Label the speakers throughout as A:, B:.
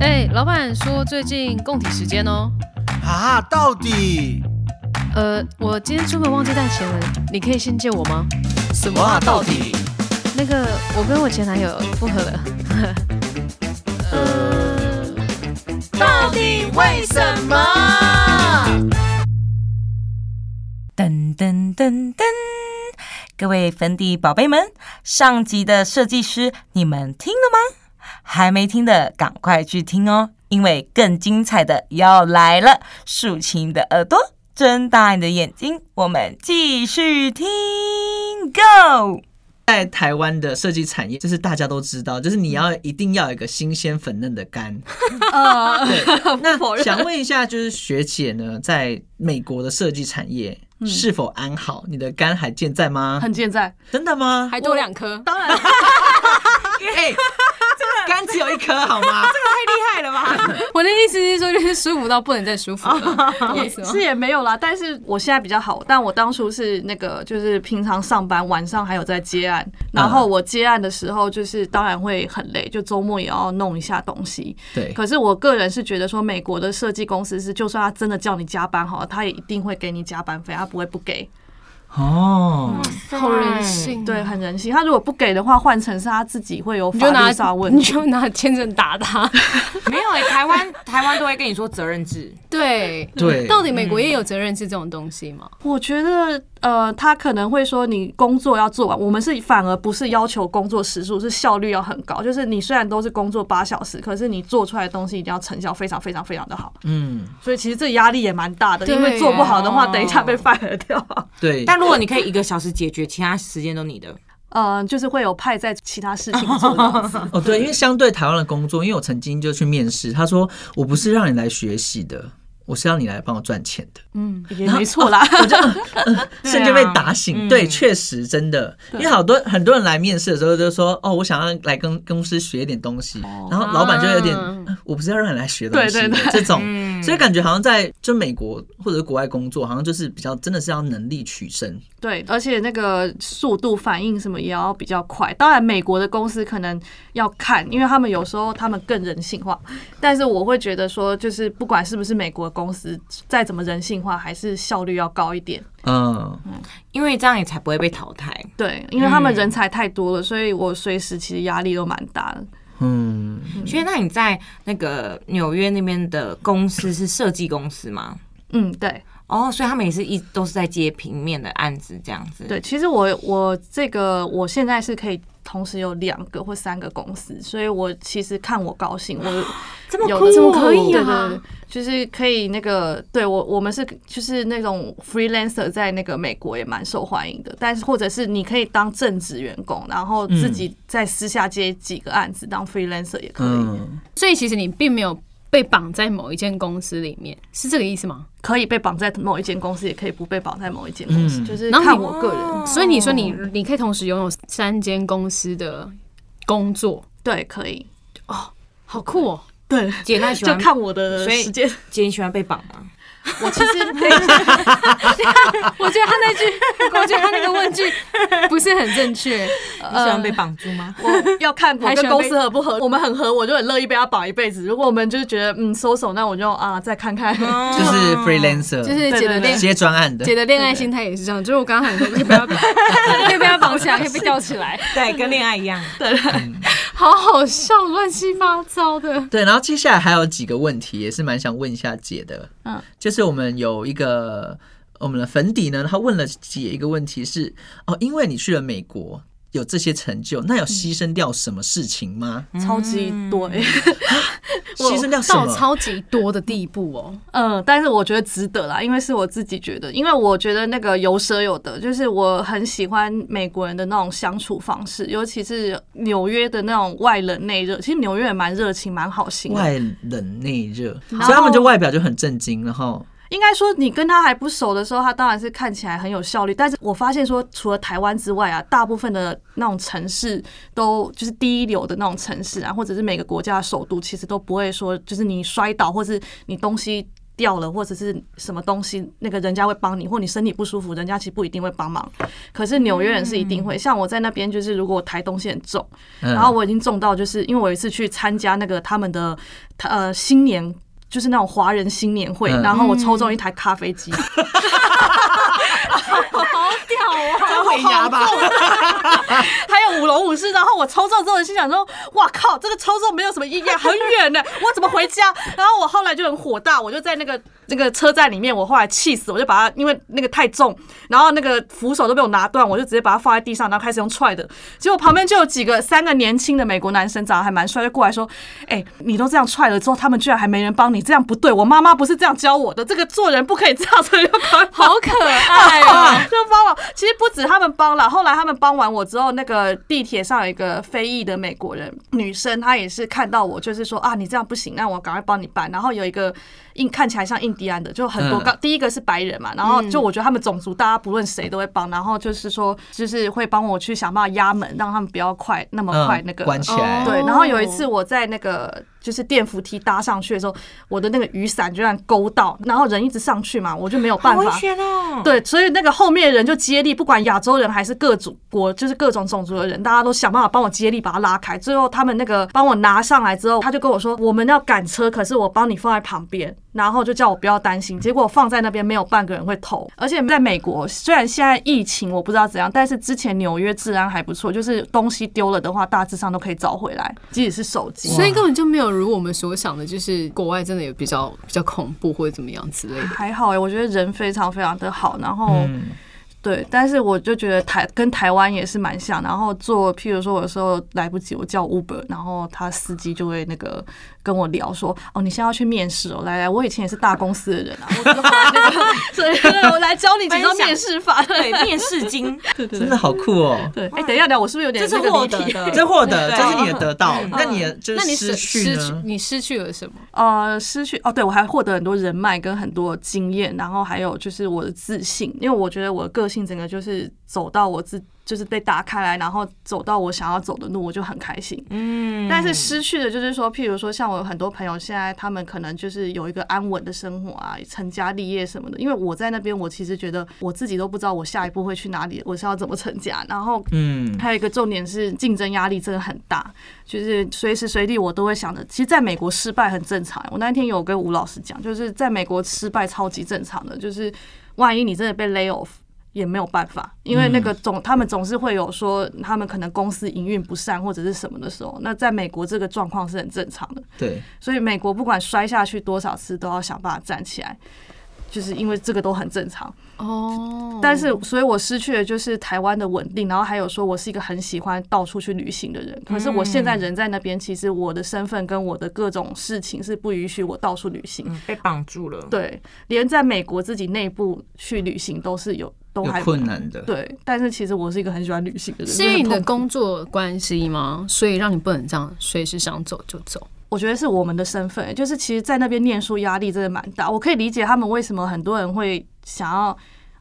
A: 哎、老板说最近供体时间哦。
B: 啊，到底
A: 呃，我今天出门忘记带钱了，你可以先借我吗？
B: 什么啊？到底？
A: 那个，我跟我前男友复合了。
B: 到底为什么？
C: 噔噔噔噔！各位粉底宝贝们，上集的设计师你们听了吗？还没听的赶快去听哦，因为更精彩的要来了！竖起你的耳朵，睁大你的眼睛，我们继续听，Go！
D: 在台湾的设计产业，就是大家都知道，就是你要一定要有一个新鲜粉嫩的 肝。
E: 哦
D: 对，那想问一下，就是学姐呢，在美国的设计产业是否安好？你的肝还健在吗？
E: 嗯很健在，
D: 真的吗？
F: 还多两颗，
C: 当然，这个
D: 哎，肝只有一颗好 吗？
C: 太厉害了吧！
F: 我的意思是说，就是舒服到不能再舒服 了，哦懂我意
E: 也
F: 思吗
E: 是？也没有啦。但是我现在比较好，但我当初是那个，就是平常上班晚上还有在接案，
F: 嗯
E: 然后我接案的时候，就是当然会很累，就周末也要弄一下东西。
D: 对，
E: 可是我个人是觉得说，美国的设计公司是，就算他真的叫你加班哈，他也一定会给你加班费，他不会不给。
D: 哦，
A: 好人性
E: 对，很人性。他如果不给的话，换成是他自己会有
F: 你就
E: 法
F: 拿
E: 律上的问
F: 你
E: 题。
F: 就拿签证打他。
C: 没有哎、台湾 台湾都会跟你说责任制，
F: 对
D: 对
F: 到底美国也有责任制这种东西吗？
E: 我觉得，呃，他可能会说你工作要做完，我们是反而不是要求工作时数，是效率要很高。就是你虽然都是工作八小时，可是你做出来的东西一定要成效非常非常非常的好。
D: 嗯，
E: 所以其实这压力也蛮大的，因为
F: 对
E: 做不好的话，
C: 哦
E: 等一下被 fire 掉。
D: 对，
C: 但如果你可以一个小时解决，其他时间都你的。
E: 嗯、就是会有派在其他事情做这样子。
D: 哦，对，因为相对台湾的工作，因为我曾经就去面试，他说我不是让你来学习的，我是要你来帮我赚钱的，
E: 嗯，也没错啦。
D: 瞬间被打醒。
C: 嗯
D: 对，确实真的，因为好多很多人来面试的时候就说，哦，我想要来跟公司学一点东西，然后老板就有点，
F: 啊
D: 呃我不是要让你来学东西的
E: 对对对
D: 这种，
C: 嗯
D: 所以感觉好像在就美国或者是国外工作，好像就是比较真的是要能力取胜。
E: 对，而且那个速度反应什么也要比较快。当然，美国的公司可能要看，因为他们有时候他们更人性化。但是我会觉得说，就是不管是不是美国公司，再怎么人性化，还是效率要高一点。
D: 嗯，
C: 因为这样你才不会被淘汰。
E: 对，因为他们人才太多了，所以我随时其实压力都蛮大的。
D: 嗯，
C: 所以，那你在那个纽约那边的公司是设计公司吗？
E: 嗯，对
C: 哦，所以他们也是一都是在接平面的案子这样子。
E: 对，，其实我我这个我现在是可以同时有两个或三个公司，所以我其实看我高兴，我
C: 这么
E: 有
C: 酷，哦啊
E: 的
C: 对
E: 对对对，就是可以那个，对我我们是就是那种 freelancer 在那个美国也蛮受欢迎的，但是或者是你可以当正职员工，然后自己在私下接几个案子当 freelancer 也可以，
D: 嗯，
F: 所以其实你并没有被绑在某一间公司里面，是这个意思吗？
E: 可以被绑在某一间公司，也可以不被绑在某一间公司，
D: 嗯
E: 就是
F: 然后
E: 看
F: 你
E: 我个人，
F: 所以你说你你可以同时拥有三间公司的工作，
E: 对，可以，
F: 好酷哦！
E: 对，啊
C: 姐那你喜
E: 就
C: 欢，
E: 看我的
C: 所以
E: 时间。
C: 姐你喜欢被绑吗？
E: 我其实没有
F: 我觉得他那句，我觉得他那个问句不是很正确。
C: 你喜欢被绑住吗？
E: 我要看我
F: 还喜
E: 跟
F: 欢
E: 公
F: 被
E: 司合不合，我们很合，我就很乐意被他绑一辈子。如果我们就是觉得嗯收手，那我就啊再看看。
D: 就是 freelancer，
F: 就是姐的
E: 对对对
F: 恋
D: 接专案的
F: 姐。的恋爱心态也是这样，就是我刚刚很可以被他绑，可以被他绑起来，可以被吊起来，
C: 对，跟恋爱一样。
F: 好好笑，乱七八糟的。
D: 对，然后接下来还有几个问题，也是蛮想问一下姐的。
E: 嗯，
D: 就是我们有一个我们的粉底呢，他问了姐一个问题是：哦，因为你去了美国，有这些成就，那有
E: 嗯
D: 牺牲掉什么事情吗？
E: 超级多、欸，我
D: 牺牲掉什
F: 到
D: 么？
F: 超级多的地步哦，
E: 嗯，但是我觉得值得啦，因为是我自己觉得，因为我觉得那个有舍有得，就是我很喜欢美国人的那种相处方式，尤其是纽约的那种外冷内热，其实纽约也蛮热情，蛮好心的。
D: 外冷内热，所
E: 然
D: 以
E: 后
D: 他们就外表就很震惊，嗯然后
E: 应该说你跟他还不熟的时候，他当然是看起来很有效率，但是我发现说，除了台湾之外啊，大部分的那种城市都就是第一流的那种城市啊，或者是每个国家的首都，其实都不会说就是你摔倒或是你东西。掉了或者是什么东西，那个人家会帮你，或你身体不舒服，人家其实不一定会帮忙。可是纽约人是一定会，像我在那边就是，如果我台东西很重，
D: 嗯
E: 然后我已经重到就是因为我有一次去参加那个他们的呃新年。就是那种华人新年会，
D: 嗯
E: 然后我抽中一台咖啡 机，
F: 好屌哦！
D: 他尾牙吧，
E: 啊 还有舞龙舞狮，然后我抽中之后心想说，哇靠，这个抽中没有什么意义啊，很远 呢，我怎么回家？然后我后来就很火大，我就在那个那个车站里面，我后来气死，我就把它因为那个太重，然后那个扶手都被我拿断，我就直接把它放在地上，然后开始用踹的。结果旁边就有几个三个年轻的美国男生，长得还蛮帅，就过来说，哎、你都这样踹了之后，他们居然还没人帮你，这样不对，我妈妈不是这样教我的，这个做人不可以这样，所以就赶快
F: 好可
E: 哎
F: 爱哦！
E: 就帮我，其实不止他们帮了，后来他们帮完我之后，那个地铁上有一个非裔的美国人女生，她也是看到我，就是说啊，你这样不行，那我赶快帮你办。然后有一个印看起来像印第安的，就很多
D: 嗯
E: 个，第一个是白人嘛，然
F: 嗯
E: 后就我觉得他们种族大家不论谁都会帮，然后就是说就是会帮我去想办法压门，让他们不要快那么
D: 嗯
E: 快那个
D: 关起来，
E: 对，然后有一次
F: 哦
E: 我在那个就是电扶梯搭上去的时候，我的那个雨伞居然勾到，然后人一直上去嘛，我就没有办
C: 好危
E: 法。
C: 险哦！
E: 对，所以那个后面的人就接力，不管亚洲人还是各族国，就是各种种族的人，大家都想办法帮我接力，把他拉开。最后他们那个帮我拿上来之后，他就跟我说：“我们要赶车，可是我帮你放在旁边。”然后就叫我不要担心。结果放在那边没有半个人会投， 而且在美国，虽然现在疫情我不知道怎样，但是之前纽约治安还不错，就是东西丢了的话，大致上都可以找回来，即使是手机。
F: 所以根本就没有如我们所想的，就是国外真的有比较比较恐怖或者怎么样之类的。
E: 还好哎、我觉得人非常非常的好，然后。
D: 嗯，
E: 对，但是我就觉得台跟台湾也是蛮像，然后做，譬如说我有时候来不及，我叫 Uber，然后他司机就会那个跟我聊说，哦，你现在要去面试哦，来来，我以前也是大公司的人啊，我只是后来那个，所以我来教你几招面试法。
C: 对，面试经，
E: 对对
D: 真的好酷哦。
E: 对，哎、等一下，等一下，我是不是有点
C: 这是
E: 这个
C: 获
E: 离
C: 得
E: 题？
C: 的，
D: 这获得，
C: 对
D: 这是你的得到，
E: 嗯
D: 那你的就
F: 那
D: 是
F: 你
D: 失
F: 失
D: 去
F: 失去
D: 呢？
F: 你失去了什么？
E: 呃，失去哦，对我还获得很多人脉跟很多经验，然后还有就是我的自信，因为我觉得我的个性整个就是走到我自就是被打开来，然后走到我想要走的路，我就很开心。
C: 嗯
E: 但是失去的就是说，譬如说像我有很多朋友，现在他们可能就是有一个安稳的生活啊，成家立业什么的。因为我在那边，我其实觉得我自己都不知道我下一步会去哪里，我是要怎么成家。然后
D: 嗯，
E: 还有一个重点是竞争压力真的很大，就是随时随地我都会想着，其实在美国失败很正常。我那天有跟吴老师讲，就是在美国失败超级正常的，就是万一你真的被 lay off。也没有办法，因为那个总他们总是会有说他们可能公司营运不善或者是什么的时候，那在美国这个状况是很正常的，
D: 对，
E: 所以美国不管摔下去多少次都要想办法站起来，就是因为这个都很正常。
F: 哦，
E: 但是，所以我失去的就是台湾的稳定，然后还有说我是一个很喜欢到处去旅行的人。可是我现在人在那边，其实我的身份跟我的各种事情是不允许我到处旅行。
C: 嗯被绑住了，
E: 对，连在美国自己内部去旅行都是有都
D: 有
E: 还
D: 困难的，
E: 对，但是其实我是一个很喜欢旅行的人，
F: 是因为你
E: 就
F: 的
E: 很痛苦
F: 工作关系吗？所以让你不能这样，随时想走就走。
E: 我觉得是我们的身份，就是其实，在那边念书压力真的蛮大。我可以理解他们为什么很多人会想要，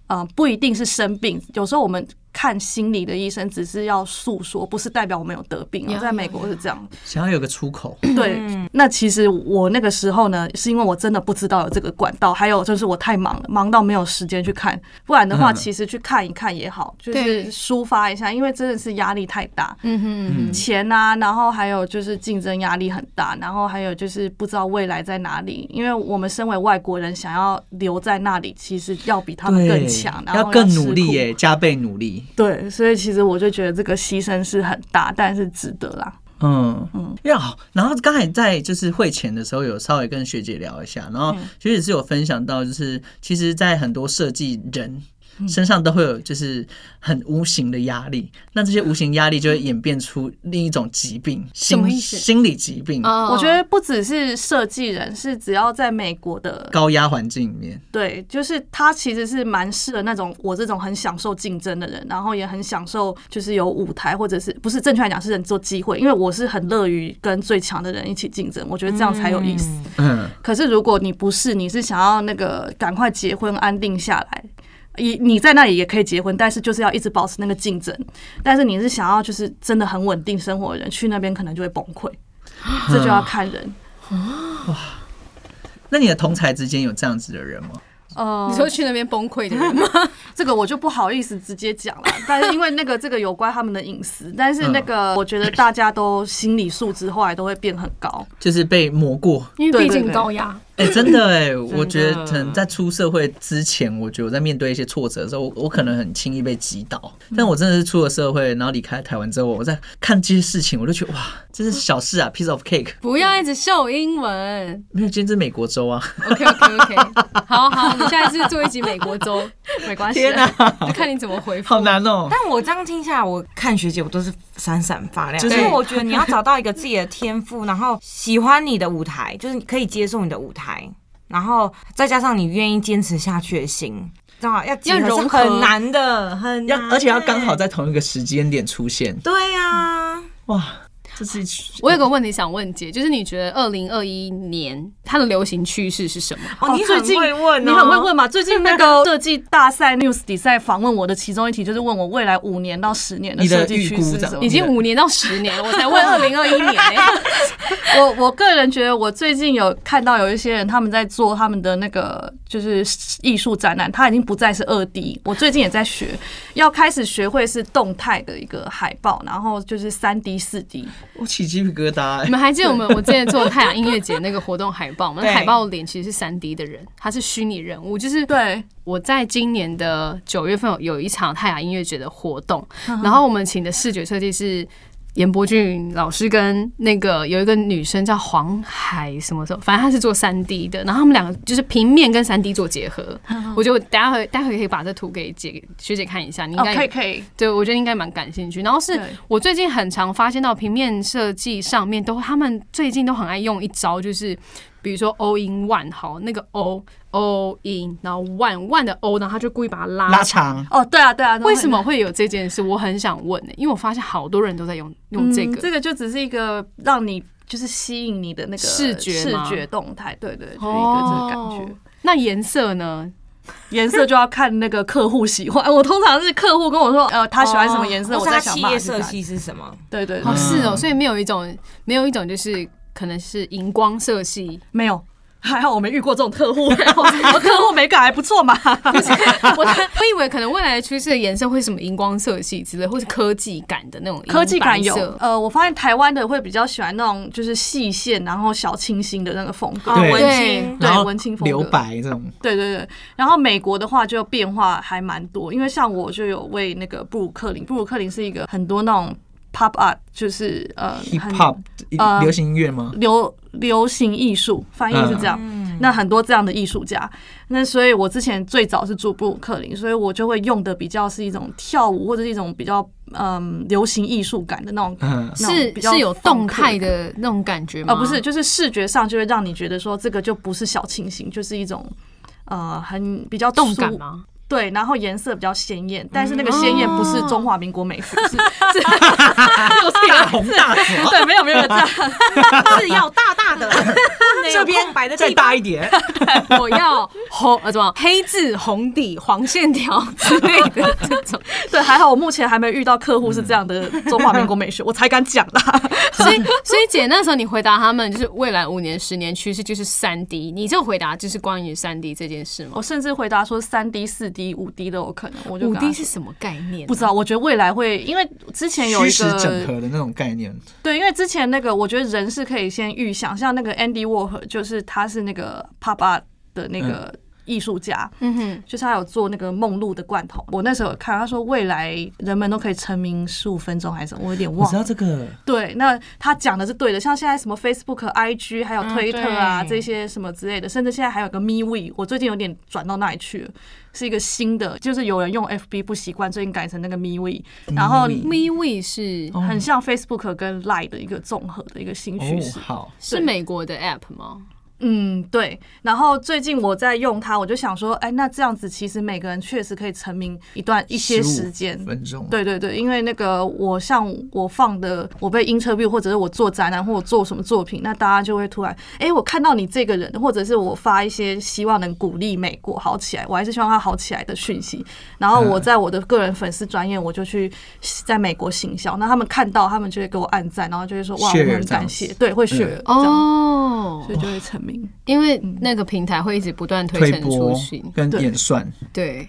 E: 呃，不一定是生病，有时候我们看心理的医生只是要诉说，不是代表我们有得病啊。
F: 呀
E: 在美国是这样，
D: 想要有个出口，
E: 对。
F: 嗯
E: 那其实我那个时候呢，是因为我真的不知道有这个管道，还有就是我太忙了，忙到没有时间去看。不然的话，
D: 嗯
E: 其实去看一看也好，就
F: 对
E: 是抒发一下，因为真的是压力太大。
F: 嗯哼，
E: 钱啊，然后还有就是竞争压力很大，然后还有就是不知道未来在哪里，因为我们身为外国人，想要留在那里，其实要比他们
D: 对，
E: 更强，然后
D: 要更努力
E: 耶、
D: 耶，加倍努力。
E: 对，所以其实我就觉得这个牺牲是很大，但是值得啦。
D: 嗯嗯，要好。然后刚才在就是会前的时候，有稍微跟学姐聊一下，然后学姐是有分享到，就是其实，在很多设计人身上都会有就是很无形的压力，那这些无形压力就会演变出另一种疾病，
F: 什么
D: 心
F: 意思
D: 心理疾病，
F: 哦
E: 我觉得不只是设计人，是只要在美国的，
D: 高压环境里面。
E: 对，就是他其实是蛮适合那种我这种很享受竞争的人，然后也很享受就是有舞台或者是不是正确来讲是人做机会，因为我是很乐于跟最强的人一起竞争，我觉得这样才有意思。
D: 嗯，
E: 可是如果你不是，你是想要那个赶快结婚安定下来，你你在那里也可以结婚，但是就是要一直保持那个竞争。但是你是想要就是真的很稳定生活的人，去那边可能就会崩溃，这就要看人。
D: 那你的同才之间有这样子的人吗？
E: 呃
F: 你说去那边崩溃的人吗？
E: 这个我就不好意思直接讲了， 但是因为那个这个有关他们的隐私，但是那
D: 嗯
E: 个我觉得大家都心理素质后来都会变很高，
D: 就是被磨过？
F: 因为
E: 对
F: 毕
E: 对
F: 竟
E: 对
F: 高压，
D: 哎、真的 哎、我觉得可能在出社会之前，我觉得我在面对一些挫折的时候，我我可能很轻易被击倒。但我真的是出了社会，然后离开台湾之后，我在看这些事情，我就觉得哇，这是小事啊，piece of cake。
F: 不要一直秀英文。
D: 没有，今天是美国州啊，
F: OK OK OK，好好，你下一次做一集美国周，
E: 没关系。
D: 天哪、
F: 啊就看你怎么回复
D: 好。难哦、
C: 但我这样听下来，我看学姐我都是闪闪发亮，
D: 就
C: 就是是我觉得你要找到一个自己的天赋，然后喜欢你的舞台，就是你可以接受你的舞台，然后再加上你愿意坚持下去的心，知道吗要结合
F: 要融
C: 是
F: 合
C: 很难的，很
D: 要
C: 难
D: 而且要刚好
C: 欸
D: 在同一个时间点出现，
C: 对啊，
D: 哇，这是一
E: 啊
F: 我有个问题想问姐，就是你觉得二零二一年它的流行趋势是什么？
C: 哦，你
E: 最
C: 很
E: 近
C: 会问、哦，
E: 你很会问嘛？最近那个设计大赛 News 比赛访问我的其中一题，就是问我未来五年到十年的
D: 你的
E: 设计
D: 预
E: 趋
D: 估
E: 势是
D: 这样
E: 什么
F: 已。经五年到十年了，我才问二零二一年欸呢、
E: 我我个人觉得，我最近有看到有一些人他们在做他们的那个就是艺术展览，它已经不再是二 D。我最近也在学，要开始学会是动态的一个海报，然后就是三 D、四 D。
D: 我起鸡皮疙瘩、
F: 你
D: 欸。
F: 们还记得我们我之前做太阳音乐节那个活动海报吗？那
C: 对
F: 海报脸其实是三 D 的人，他是虚拟人物，就是
E: 对，
F: 我在今年的九月份有有一场太阳音乐节的活动，
E: 嗯
F: 然后我们请的视觉设计是严伯俊老师跟那个有一个女生叫黄海什么什么，反正她是做三 D 的，然后他们两个就是平面跟三 D 做结合。
E: 嗯
F: 我觉得我待会待会可以把这图给姐学姐看一下，你应
E: 哦，
F: 该、
E: 可以可以，
F: 对，我觉得应该蛮感兴趣。然后是
E: 对
F: 我最近很常发现到平面设计上面都，他们最近都很爱用一招，就是比如说 O in one 好，那个 O O in，然后 one one 的 O，然后他就故意把它拉
D: 拉。长，
E: 哦，对啊对啊。
F: 为什么会有这件事？我很想问呢、欸因为我发现好多人都在用用这
E: 嗯？这
F: 个。
E: 个就只是一个让你就是吸引你的那个
F: 视觉
E: 视
F: 吗哦
E: 觉动态，对对，就是一个这个感觉。
F: 那颜色呢？
E: 颜色就要看那个客户喜欢。 我通常是客户跟我说，呃，他喜欢什么颜色，
C: 哦
E: 我
C: 或是
E: 在
C: 他
E: 想
C: 企
E: 办法
C: 业
E: 去改
C: 色。系是什么？
E: 对对对
F: 哦，，是哦，
D: 嗯
F: 所以没有一种，没有一种就是可能是荧光色系，
E: 没有。还好我没遇过这种客户， 然后我客户美感还不错 嘛。
F: 我我以为可能未来的趋势的颜色会什么荧光色系之类，或是科技感的那种
E: 科技感有
F: 银白色，
E: 呃，我发现台湾的会比较喜欢那种就是细线，然后小清新的那个风格
C: 哦，，
D: 对
C: 文青
F: 对，
E: 对
D: 然后
E: 文青风格
D: 留白这种，
E: 对对对，然后美国的话就变化还蛮多，因为像我就有为那个布鲁克林，布鲁克林是一个很多那种 pop art，就是呃
D: hip
E: 很
D: hop
E: 呃
D: 流行音乐吗？
E: 流流行艺术，翻译是这样。
F: 嗯
D: 嗯
E: 那很多这样的艺术家，那所以我之前最早是住布鲁克林，所以我就会用的比较是一种跳舞或者是一种比较嗯流行艺术感的那 种，
D: 嗯
E: 那种
F: 是
E: 比较
F: 是有动态
E: funk 感。
F: 的那种感觉吗？
E: 呃，不是，就是视觉上就会让你觉得说这个就不是小清新，就是一种呃很比较
F: 动感
E: 粗
F: 吗？
E: 对，然后颜色比较鲜艳，但是那个鲜艳不是中华民国美服，是是
D: 大红大紫，
E: 对，没有没有这样，
C: 是要大大的，这边白的
D: 再
C: 地方
D: 大一 点，
F: 我要红呃，什么黑字红底黄线条之类的这 种，
E: 对，还好我目前还没遇到客户是这样的中华民国美学，我才敢讲啦。
F: 所以所以姐那时候你回答他们就是未来五年十年趋势就是三 D，你这个回答就是关于三 D 这件事吗
E: 我？甚至回答说三 D、四 D、五 D 都有可能，我就
F: 五
E: 跟他
F: D 是什么概念？
E: 不知道，我觉得未来会，因为之前有
D: 虚
E: 一
D: 实整
E: 个
D: 合的那种概念，
E: 对，因为之前那个，我觉得人是可以先预想，像那个 Andy Warhol，就是他是那个 Pop Art 的那个艺术家，
F: 嗯哼，
E: 就是他有做那个梦露的罐头，我那时候有看，他说未来人们都可以成名十五分钟还是什么，我有点
D: 我
E: 忘
D: 知道
E: 了。
D: 这个，哦
E: 对，那他讲的是对的，像现在什么 Facebook、IG 还有推特啊、
C: 对
E: 这些什么之类的，甚至现在还有个 MeWe，我最近有点转到那里去了，是一个新的，就是有人用 FB 不习惯，最近改成那个 MeWe，然后
D: MeWe 哦
F: 咪 e 是
E: 很像 Facebook 跟 Line 的一个综合的一个新趋势
D: 哦，。好，
F: 是美国的 App 吗？
E: 嗯，对。然后最近我在用它，我就想说，哎，那这样子其实每个人确实可以成名一段一些
D: 15
E: 时间，
D: 分钟，
E: 对对对，因为那个我像我放的，我被 interview 或者是我做展览或我做什么作品，那大家就会突然，哎，我看到你这个人，或者是我发一些希望能鼓励美国好起来，我还是希望他好起来的讯息。然后我在我的个人粉丝专业，我就去在美国行销，那他们看到，他们就会给我按赞，然后就会说哇，我
D: Share
E: 们很感谢，对，会 share 这样，
F: 哦
E: 所以就会成名，
F: 因为那个平台会一直不断推
D: 推
F: 陈出
D: 波
F: 新，
D: 跟
E: 对
D: 演算，
F: 对，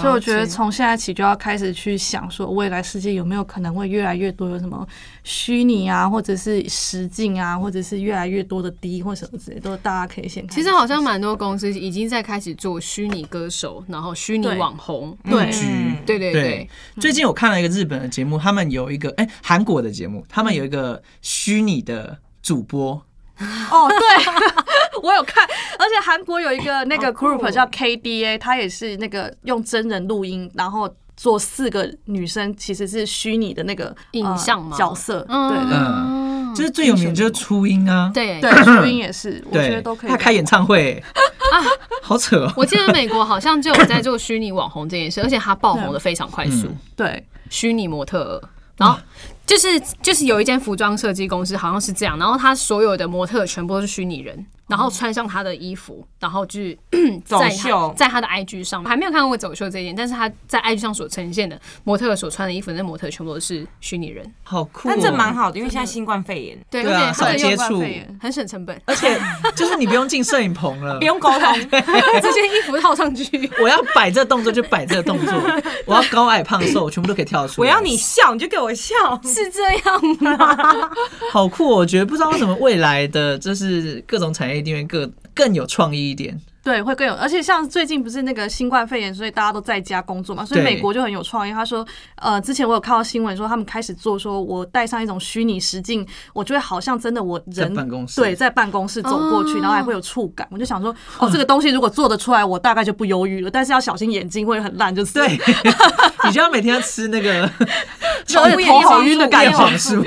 E: 所以我觉得从现在起就要开始去想，说未来世界有没有可能会越来越多有什么虚拟啊，或者是实境啊，或者是越来越多的 D 或什么之类，都大家可以先看。
F: 其实好像蛮多公司已经在开始做虚拟歌手，然后虚拟
E: 对
F: 网红，
E: 对
D: 嗯
F: 对对对
D: 对，最近我看了一个日本的节目，他们有一个哎韩、国的节目，他们有一个虚拟的主播，
E: 哦，对，我有看，而且韩国有一个那个
F: 好酷哦
E: group 叫 KDA，它也是那个用真人录音，然后做四个女生其实是虚拟的那个
F: 影像吗
E: 呃角色，
F: 嗯
E: 对
D: 嗯，就是最有名的就是初音啊，
F: 对
E: 对对，初音也是，我觉
D: 对，
E: 得都可以
D: 他开演唱会好扯哦。
F: 我记得美国好像就有在做虚拟网红这件事，而且它爆红的非常快速
D: 嗯，
E: 对。
F: 虚拟模特儿。然后就是就是有一间服装设计公司，好像是这样，然后他所有的模特儿全部都是虚拟人，然后穿上他的衣服，然后就是
C: 走
F: 在
C: 秀
F: 他在他的 IG 上，还没有看过走秀这一点，但是他在 IG 上所呈现的模特儿所穿的衣服，那模特儿全部都是虚拟人，
D: 好酷、哦，
C: 但这蛮好的，因为现在新冠肺炎
F: 对
D: 对啊
F: 而且他
D: 少
F: 的
D: 接
F: 用
D: 触
F: 很省成本，
D: 而且就是你不用进摄影棚了，
C: 不用沟通，
F: 这件衣服套上去。
D: 我要摆这动作就摆这动作，我要高矮胖瘦，我全部都可以跳 出
C: 我
D: 来。
C: 要你笑你就给我笑，
F: 是这样吗？
D: 好酷、哦！我觉得不知道为什么未来的就是各种产业一定会更更有创意一 点。
E: 对，会更有，而且像最近不是那个新冠肺炎，所以大家都在家工作嘛，所以
D: 对
E: 美国就很有创意。他说，呃，之前我有看到新闻说，他们开始做，说我戴上一种虚拟实境，我就会好像真的我
D: 在
E: 人
D: 办公室
E: 对，在办公室走过去，然后还会有触感。我就想说，哦，这个东西如果做得出来，我大概就不忧郁了，但是要小心眼睛会很烂，就是
D: 对，你就要每天要吃那 个
E: 有点头好晕的感
D: 叶
E: 觉。
D: 黄 素。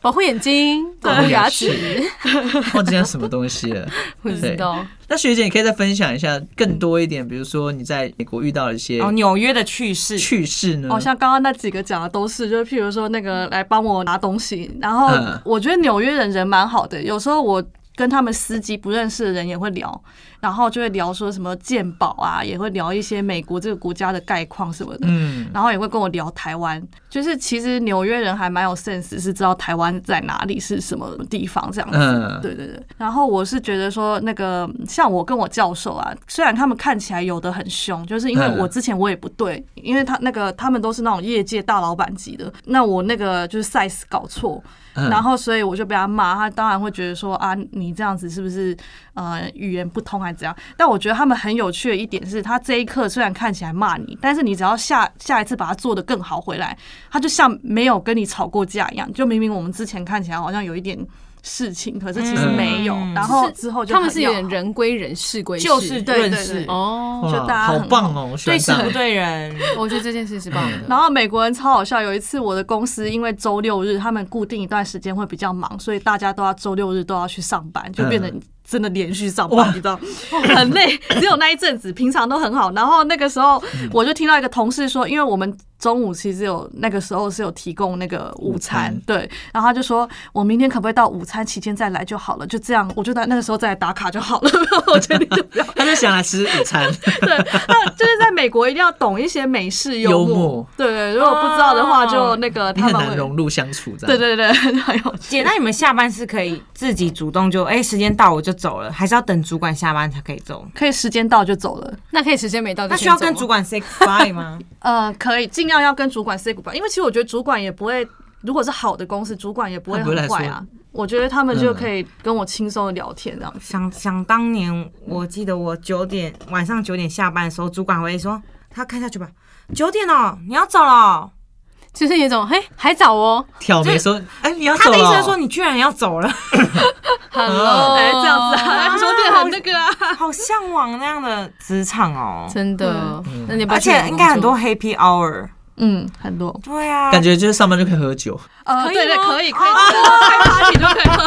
F: 保护眼睛，保护牙齿， 嗯
D: 忘记叫什么东西 了。
F: 不知道。
D: 那学姐，你可以再分享一下更多一点，比如说你在美国遇到的一些
C: 哦，纽约的趣事，
D: 趣事呢？
E: 哦，像刚刚那几个讲的都是，就是譬如说那个来帮我拿东西，然后
D: 嗯
E: 我觉得纽约人人蛮好的，有时候我。跟他们司机不认识的人也会聊，然后就会聊说什么鉴宝啊，也会聊一些美国这个国家的概况什么的，
D: 嗯，
E: 然后也会跟我聊台湾。就是其实纽约人还蛮有 sense，是知道台湾在哪里是什么地方这样子。
D: 嗯
E: 对对对，然后我是觉得说，那个像我跟我教授啊，虽然他们看起来有的很凶，就是因为
D: 嗯
E: 我之前我也不对，因为他那个他们都是那种业界大老板级的，那我那个就是 size 搞错，
D: 嗯
E: 然后所以我就被他骂，他当然会觉得说啊，你这样子是不是呃语言不通还是怎样？但我觉得他们很有趣的一点是，他这一刻虽然看起来骂你，但是你只要下下一次把它做得更好回来，他就像没有跟你吵过架一样。就明明我们之前看起来好像有一点事情，可是其实没有，
C: 嗯
E: 然后之后就
F: 他们是
E: 很要
F: 有点人归人，事归事，
C: 就是
E: 对对
C: 认
E: 对
C: 识，
F: 哦。
D: 哇
E: 就大家
D: 好
E: 很
D: 棒哦，我喜
C: 对
D: 欢
C: 事
D: 这
C: 不
D: 样。
C: 对人，
F: 我觉得这件事是棒的。
E: 然后美国人超好笑，有一次我的公司因为周六日他们固定一段时间会比较忙，所以大家都要周六日都要去上班，就变成真的连续上班，你知道，很累。只有那一阵子，平常都很好。然后那个时候我就听到一个同事说，因为我们中午其实有那个时候是有提供那个午餐，
D: 午餐
E: 对，然后他就说我明天可不可以到午餐期间再来就好了，就这样，我就在那个时候再来打卡就好了。 我觉得你就不要
D: 他就想来吃午 餐，
E: 对，那就是在美国一定要懂一些美式幽
D: 幽默
E: 对对，如果不知道的话，
C: 哦
E: 就那个
D: 你
E: 他
D: 很
E: 们
D: 难
E: 会。
D: 融入相处这样。
E: 对对 对，很有趣。
C: 姐，那你们下班是可以自己主动就哎、时间到我就走了，还是要等主管下班才可以走？
E: 可以时间到就走了。
F: 那可以时间没到就
C: 那
F: 先
C: 需要
F: 走啊
C: 跟
F: 吗
C: 主管 say goodbye 吗？
E: 呃，可以尽量要跟主管 say goodbye，因为其实我觉得主管也不会，如果是好的公司，主管也不会
D: 他不会
E: 很
D: 来说
E: 坏啊。我觉得他们就可以跟我轻松的聊天这样子。
C: 想想当年，我记得我九点晚上九点下班的时候，主管会说他看一下去吧，九点哦，你要走了哦。
F: 就是有一种嘿还早哦
D: 挑眉说：“哎，你要
C: 他
D: 走
C: 的意思
D: 了
C: 是说
D: 哦。
C: 你居然要走了，
F: ，Hello，
E: 哎、这样子啊，说点很那个啊。
C: 好向往那样的职场哦，
F: 真的，那你要不要
C: 而
F: 去我
C: 且
F: 们
C: 应该很
F: 工
C: 多
F: 作
C: happy hour。
E: 嗯，很多。
C: 对啊，
D: 感觉就是上班就可以喝酒，
E: 呃，
C: 可以
E: 对对，
C: 吗
E: 可以可以，开 party 就可以喝。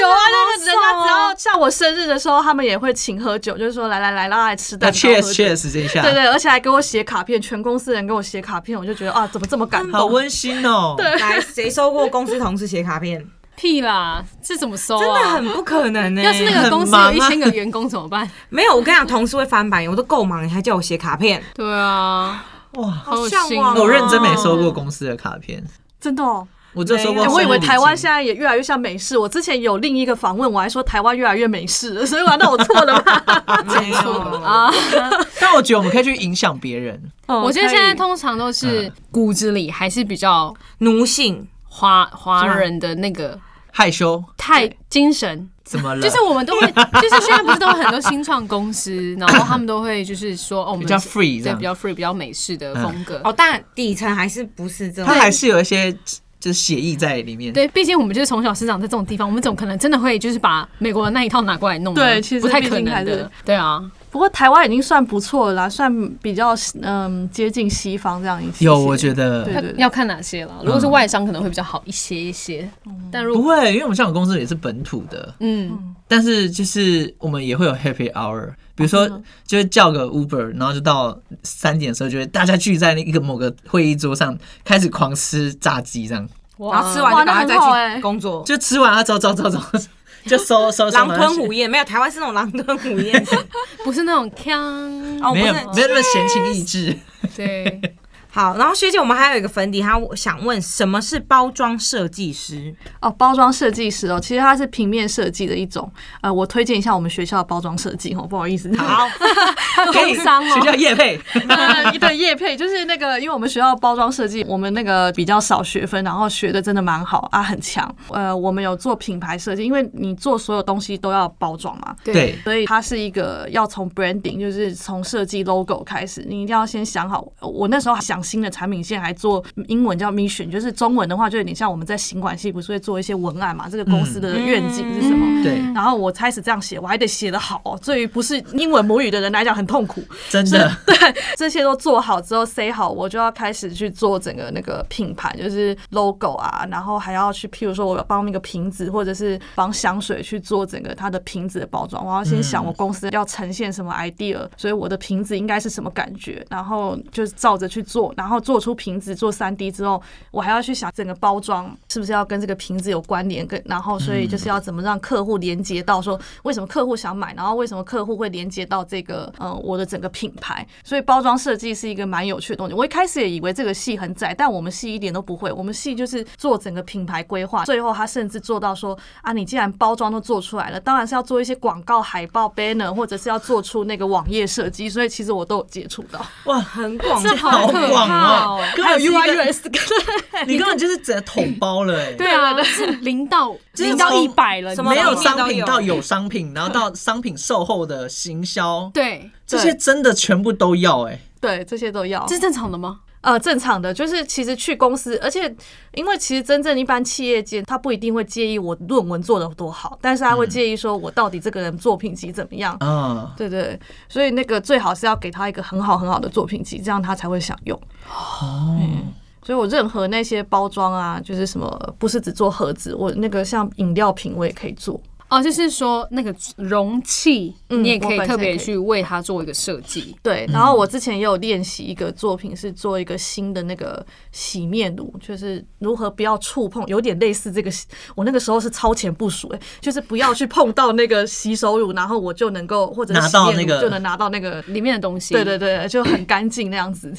E: 有啊，那个人家只要像我生日的时候，他们也会请喝酒，就是说来来来，让来吃
D: 那
E: 蛋糕。
D: 啊确
E: 喝
D: 实啊
E: 酒
D: 确实这一下，
E: 对对，而且还给我写卡片，全公司人给我写卡片，我就觉得啊，怎么这么感
D: 好
E: 动？
D: 温馨 哦。对，
C: 来谁收过公司同事写卡片？
F: 屁啦，这怎么收
C: 真的
F: 啊？
C: 很不可能呢、
F: 要是那个
D: 很
F: 公司
D: 忙
F: 有
D: 啊
F: 一千个员工怎么办？
C: 没有，我跟你讲，同事会翻白眼，我都够忙，你还叫我写卡片，
F: 对啊，
D: 哇，
F: 好有
C: 向
F: 心
C: 往
F: 哦
D: 我认真没收过公司的卡片，
E: 真的哦，
D: 我这时候
C: 没有
E: 我以为台湾现
D: 在
E: 在也越来越像美式。我之前有另一个访问，我还说台湾越来越美式了，所以我那我错了 吧？
C: 没有，
F: 啊。
D: 但我觉得我们可以去影响别人，
F: 我觉得现在
E: 通
F: 通常都是骨子里还是比较
C: 奴性
F: 华华人的那个
D: 害羞
F: 太精神。
D: 怎么了？
F: 就是我们都 会，就是现在不是都有很多新创公司，然后他们都会就是说，哦，我们
D: 比较 free 这
F: 对，
D: 样嗯
F: 比较 free，比较美式的风格。
C: 哦，但底层还是不是这
D: 他
C: 种。
D: 还是有一些就是协议在里面。
F: 对，毕竟我们就是从小生长在这种地方，我们怎么可能真的会就是把美国的那一套拿过来弄呢？
E: 对其实
F: 不太可
E: 毕竟还
F: 能
E: 是
F: 的。对啊，
E: 不过台湾已经算不错了啦，算比较嗯接近西方这样一些。
D: 有我觉得
E: 对
F: 要要看哪些了。如果是外商，可能会比较好一些一些。但如
D: 不
F: 果
D: 会，因为我们香港公司也是本土的，
F: 嗯，
D: 但是就是我们也会有 happy hour，比如说
F: 嗯
D: 就会叫个 Uber，然后就到三点的时候，就会大家聚在那一个某个会议桌上，开始狂吃炸鸡，这样
C: 然后吃完
E: 哇
C: 就赶快
E: 那很好
C: 再去
E: 欸
C: 工作。
D: 就吃完啊，走走走 走，就收收收。
C: 狼吞虎咽，没有台湾是那种狼吞虎咽型。
F: 不是那种腔，
C: 哦，我
D: 没有
C: 们
D: 没有那么闲情逸致。
F: 对，
C: 好，然后学姐，我们还有一个粉底，她想问什么是包装设计师？
E: 哦，包装设计师哦，其实它是平面设计的一种。呃，我推荐一下我们学校的包装设计哦，不好意思。
D: 好，
F: 工商
D: 学
F: 哦，
D: 校夜配，
E: 那一对叶配就是那个，因为我们学校包装设计，我们那个比较少学分，然后学的真的蛮好啊，很强。呃，我们有做品牌设计，因为你做所有东西都要包装嘛，
D: 对，
E: 所以它是一个要从 branding，就是从设计 logo 开始，你一定要先想好。我那时候想新的产品线，还做英文叫 mission，就是中文的话就有点像我们在行管系不是会做一些文案嘛，这个公司的愿景是什么？
D: 嗯对
E: 然后我开始这样写，我还得写得好、哦，对于不是英文母语的人来讲很痛苦。
D: 真的
E: 这些都做好之后塞好，我就要开始去做整个那个品牌，就是 logo 啊，然后还要去，譬如说我要帮那个瓶子或者是帮香水去做整个它的瓶子的包装，我要先想我公司要呈现什么 idea，、所以我的瓶子应该是什么感觉，然后就是照着去做，然后做出瓶子做三 D 之后，我还要去想整个包装是不是要跟这个瓶子有关联，跟然后所以就是要怎么让客户连接到说为什么客户想买，然后为什么客户会连接到这个嗯、呃我的整个品牌，所以包装设计是一个蛮有趣的东西。我一开始也以为这个系很窄，但我们系一点都不会，我们系就是做整个品牌规划，最后他甚至做到说啊，你既然包装都做出来了，当然是要做一些广告海报 banner，或者是要做出那个网页设计，所以其实我都有接触到。
D: 哇，
C: 很广
F: 这好可
D: 广
F: 怕
D: 哦
F: 哦。
D: 根本 UI US，你 根本就是整个统包了哎。
F: 对啊，是 零到
C: 是
F: 零到
D: 从
F: 一百了，
C: 什
F: 你
C: 么
F: 知
D: 没
F: 道
D: 有
F: 吗
D: 商品到有商品，然后到商品售后的行销，
F: 对，
D: 这些真的全部都要哎、
E: 对，这些都要。
F: 这是正常的吗？
E: 呃，正常的，就是其实去公司，而且因为其实真正一般企业界，他不一定会介意我论文做的多好，但是他会介意说我到底这个人作品集怎么样。
D: 啊，
E: 对对，所以那个最好是要给他一个很好很好的作品集，这样他才会想用。嗯
D: 哦，
E: 所以我任何那些包装啊，就是什么，不是只做盒子，我那个像饮料瓶我也可以做。
F: 哦，就是说那个容器，
E: 嗯
F: 你也可以
E: 我本身
F: 特别
E: 也可以
F: 去为它做一个设计。
E: 对，然后我之前也有练习一个作品，是做一个新的那个洗面乳，就是如何不要触碰，有点类似这个洗。我那个时候是超前部署、欸，就是不要去碰到那个洗手乳，然后我就能够或者是
D: 拿
E: 洗
D: 到
E: 面
D: 那
E: 乳
D: 个
E: 就能拿到那个。
F: 里面的东西，
E: 对对，对，就很干净那样子。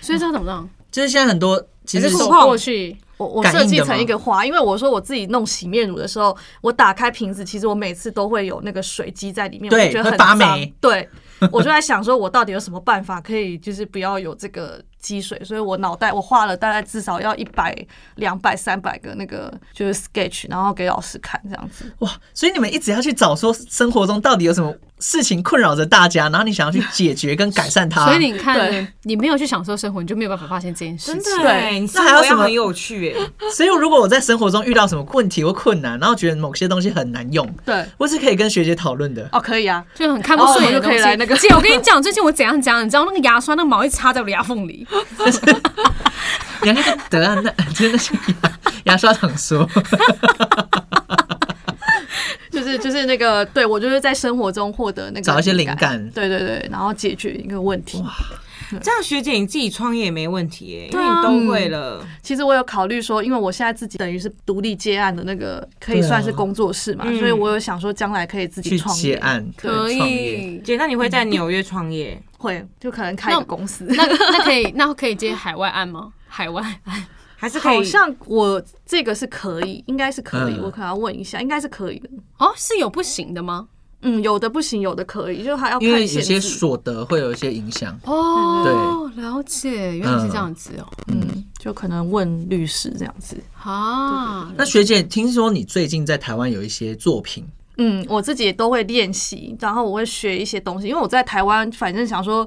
F: 所以这要怎么弄？
D: 就是现在很多其实
C: 还是
F: 手
C: 触碰
F: 过去，
E: 我我
D: 感应的
E: 设计
D: 吗
E: 成一个花，因为我说我自己弄洗面乳的时候，我打开瓶子，其实我每次都会有那个水积在里面，我
D: 对
E: 就觉得
D: 会
E: 很
D: 发
E: 脏
D: 霉。
E: 对，我就在想说，我到底有什么办法可以就是不要有这个积水？所以我脑袋我画了大概至少要一百、两百、三百个那个就是 sketch，然后给老师看这样子。
D: 哇，所以你们一直要去找说生活中到底有什么事情困扰着大家，然后你想要去解决跟改善它，
F: 所以你看
E: 啊对，
F: 你没有去享受生活，你就没有办法发现这件事
C: 真
F: 情。
C: 的欸，你生
D: 那还有
C: 活
D: 什
C: 要
D: 么
C: 很有趣哎。
D: 所以如果我在生活中遇到什么问题或困难，然后觉得某些东西很难用，
E: 对，
D: 我是可以跟学姐讨论的。
E: 哦，可以啊，
F: 就很看不顺眼的
E: 哦我就可以
F: 东西
E: 来那个
F: 姐，我跟你讲，最近我怎样怎样，你知道那个牙刷那个毛会插在我的牙 缝里，
D: 你看那个德啊安那真的是牙牙刷厂说，
E: 就是就是那个，对我就是在生活中获得那个
D: 找一些灵感
E: 对对对，然后解决一个问题。
C: 这样学姐你自己创业也没问题哎，因
F: 对
C: 为
F: 啊
C: 你都会了。
E: 其实我有考虑说，因为我现在自己等于是独立接案的那个，可以
D: 对啊
E: 算是工作室嘛，
C: 嗯
E: 所以我有想说将来可以自己
D: 去
E: 创
D: 接
E: 业，
D: 案，
F: 可
D: 创业，
F: 以。
C: 姐，那你会在纽约创业？
E: 会就可能开一个公司。
F: 那那可以，那可以接海外案吗？海外案
C: 还是可以
E: 好像我这个是可以，应该是可以，
D: 嗯
E: 我可能要问一下，应该是可以的。
F: 哦，是有不行的吗？
E: 嗯，有的不行，有的可以，就还要看
D: 因为有
E: 限
D: 些
E: 制
D: 所得会有一些影 响。
F: 哦，了解，原来是这样子哦。
E: 嗯，就可能问律师这样子。
F: 啊，
D: 那学姐，听说你最近在台湾有一些作品，
E: 嗯，我自己也都会练习，然后我会学一些东西，因为我在台湾，反正想说，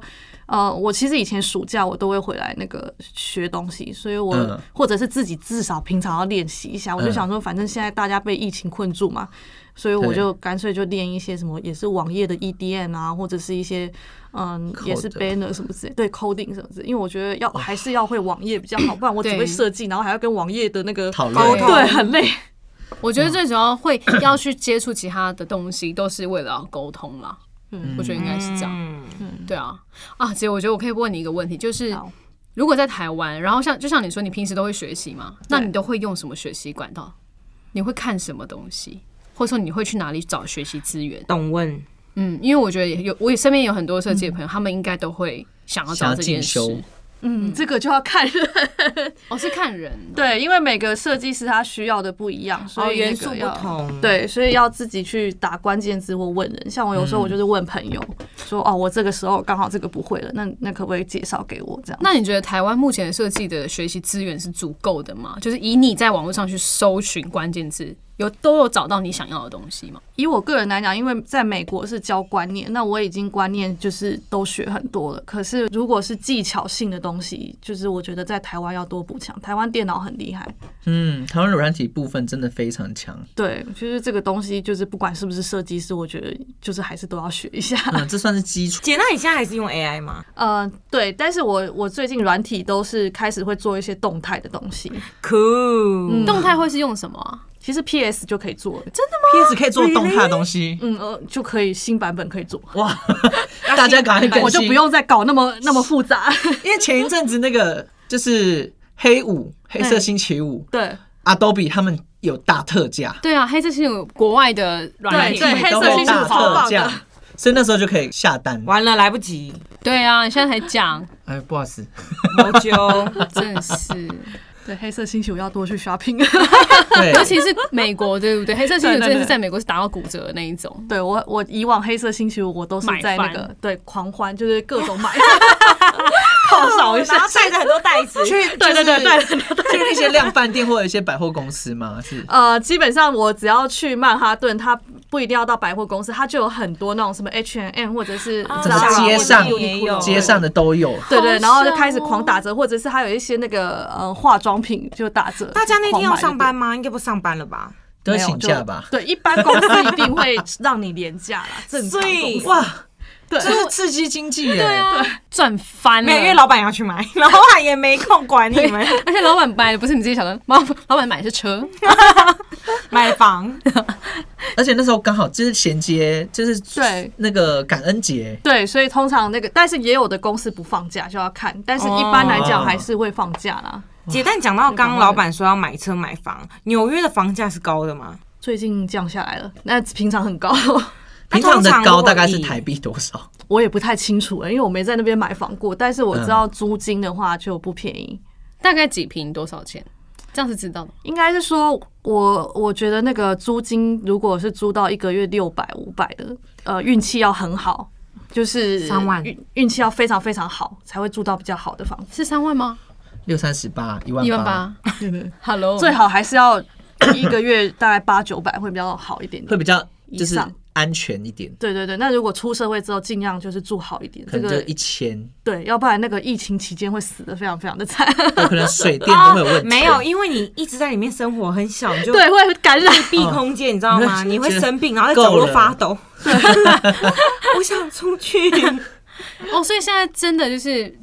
E: 呃，我其实以前暑假我都会回来那个学东西，所以我、
D: 嗯
E: 或者是自己至少平常要练习一下。我就
D: 嗯
E: 想说，反正现在大家被疫情困住嘛，所以我就干脆就练一些什么，也是网页的 EDM 啊，或者是一些嗯，也是
D: Code
E: banner 什么之类，对 coding 什么之类，因为我觉得要还是要会网页比较好，不然我只会
F: 对
E: 设计，然后还要跟网页的那个
D: 讨论
F: 沟通
E: 对，很累。
F: 我觉得最主要会要去接触其他的东西，都是为了要沟通啦。嗯，我觉得应该是这样。嗯，对啊，啊，姐，我觉得我可以问你一个问题，就是
E: 好
F: 如果在台湾，然后像就像你说，你平时都会学习嘛？那你都会用什么学习管道？你会看什么东西？或者说你会去哪里找学习资源？
B: 懂问，
F: 嗯，因为我觉得有，我也身边有很多设计的朋友，他们应该都会想要
D: 想
F: 找
D: 要
F: 这件
D: 进
F: 事。
D: 修，
E: 嗯，这个就要看人。
F: 哦，是看人的。
E: 对，因为每个设计师他需要的不一样，所
B: 哦，
E: 以那
B: 元
E: 个
B: 素不
E: 要。
B: 同，，
E: 对，所以要自己去打关键字或问人。像我有时候
B: 嗯
E: 我就是问朋友，说哦，我这个时候刚好这个不会了，那那可不可以介绍给我这样？
F: 那你觉得台湾目前的设计的学习资源是足够的吗？就是以你在网络上去搜寻关键字，有都有找到你想要的东西吗？
E: 以我个人来讲，因为在美国是教观念，那我已经观念就是都学很多了。可是如果是技巧性的东西，就是我觉得在台湾要多补强。台湾电脑很厉害，
D: 嗯，台湾软体部分真的非常强，
E: 对，就是这个东西，就是不管是不是设计师，我觉得就是还是都要学一下。
D: 嗯，这算是基础。
C: 姐，那你现在还是用 AI 吗？
E: 呃，对，但是我我最近软体都是开始会做一些动态的东西，
C: Cool，、
F: 动态会是用什么啊？
E: 其实 PS 就可以做了，真
D: PS 可以做动态的东西，
E: 嗯呃就可以新版本可以做，
D: 哇！ 大家赶快更新，
E: 我就不，用再搞那么那么复 杂。
D: 因为前一阵子那个就是黑五黑色星期五
E: 对
D: Adobe 他们有大特价，
F: 对啊，黑色是有国外的软体
E: 对，黑
D: 都
E: 色
D: 会
E: 星期
D: 大
E: 五超
D: 特
E: 棒
D: 价
E: 的，
D: 所以那时候就可以下单。
C: 完了来不及，
F: 对啊，你现在才讲，
D: 哎，不好意思，
C: 毛揪。
F: 真的是，
E: 对，黑色星期五要多去 shopping。
D: 对，
F: 尤其是美国，对不对？黑色星期
E: 对
F: 五
E: 对
F: 真的是
E: 对
F: 在美国是打到骨折的那一种。
E: 对我我以往黑色星期五我都是
F: 买
E: 在那
F: 翻
E: 个对狂欢，就是各种 买，犒赏一
C: 然
E: 下
C: 后。带着很多袋子，
D: 去
E: 对对对 对，
D: 就是去那些量贩店或者一些百货公司嘛，是
E: 呃，基本上我只要去曼哈顿，它不一定要到百货公司，它就有很多那种什么 H&M 或者是
C: 啊
E: 你知道
D: 整个街上
E: 或者是 Uniqlo
D: 街上的都有。
E: 对对，
F: 好
E: 然后就
F: 爽
E: 开始狂
F: 哦
E: 打折，或者是它有一些那个呃化妆品就打折。
C: 大家那天
E: 狂
C: 要
E: 买就
C: 上
E: 对
C: 班吗？应该不上班了吧？
D: 都要
E: 没有
D: 请假吧？
E: 就对，一般公司一定会让你廉价 啦，正常
C: 所以
E: 公司
D: 哇，
E: 对
D: 这是刺激经济耶！
F: 对啊，赚翻了。
C: 没有，因为老板要去买，老板也没空管你们
F: 而且老板买的不是你自己想的，老老板买的是车，
C: 买房。
D: 而且那时候刚好就是衔接，就是
E: 对
D: 那个感恩节，
E: 对，所以通常那个，但是也有的公司不放假就要看，但
C: 哦
E: 是一般来讲还是会放假啦。
C: 姐，但讲到刚刚老板说要买车买房，纽约的房价是高的吗？
E: 最近降下来了，那平常很高，
C: 那
D: 平常
C: 通
D: 的
C: 常如
D: 高
C: 果
D: 大概是
C: 以
D: 台币多少？
E: 我也不太清楚了，因为我没在那边买房过，但是我
D: 嗯
E: 知道租金的话就不便宜。
F: 大概几瓶多少钱？这样是知道的吗。
E: 应该是说，我我觉得那个租金，如果是租到一个月六百五百的，呃，运气要很好，就是
C: 三万
E: 运运气要非常非常好，才会租到比较好的房子。
F: 是三万吗？
D: 六三十八，一
F: 一
D: 万
F: 万
D: 八，
F: 八。Hello，
E: 最好还是要一个月大概八九百会比较好一点
D: 会
E: 点。
D: 比较就是
E: 以上
D: 安全一点，
E: 对对对，那如果出社会之后，尽量就是住好一点。
D: 可
E: 这
D: 能就
E: 个
D: 一千，
E: 对，要不然那个疫情期间会死的非常非常的惨。
D: 有可能水电都会 有问
E: 哦
D: 题。
C: 哦没有，，因为你一直在里面生活，很小，你就
E: 对，会感染。
C: 闭空间，你知道吗？
D: 你
C: 你
D: 会
C: 会
D: 哦觉得
C: 生病，然后在角
D: 够
C: 落
D: 了
C: 发 抖。我想出去，
F: 哦，所以现在真的就是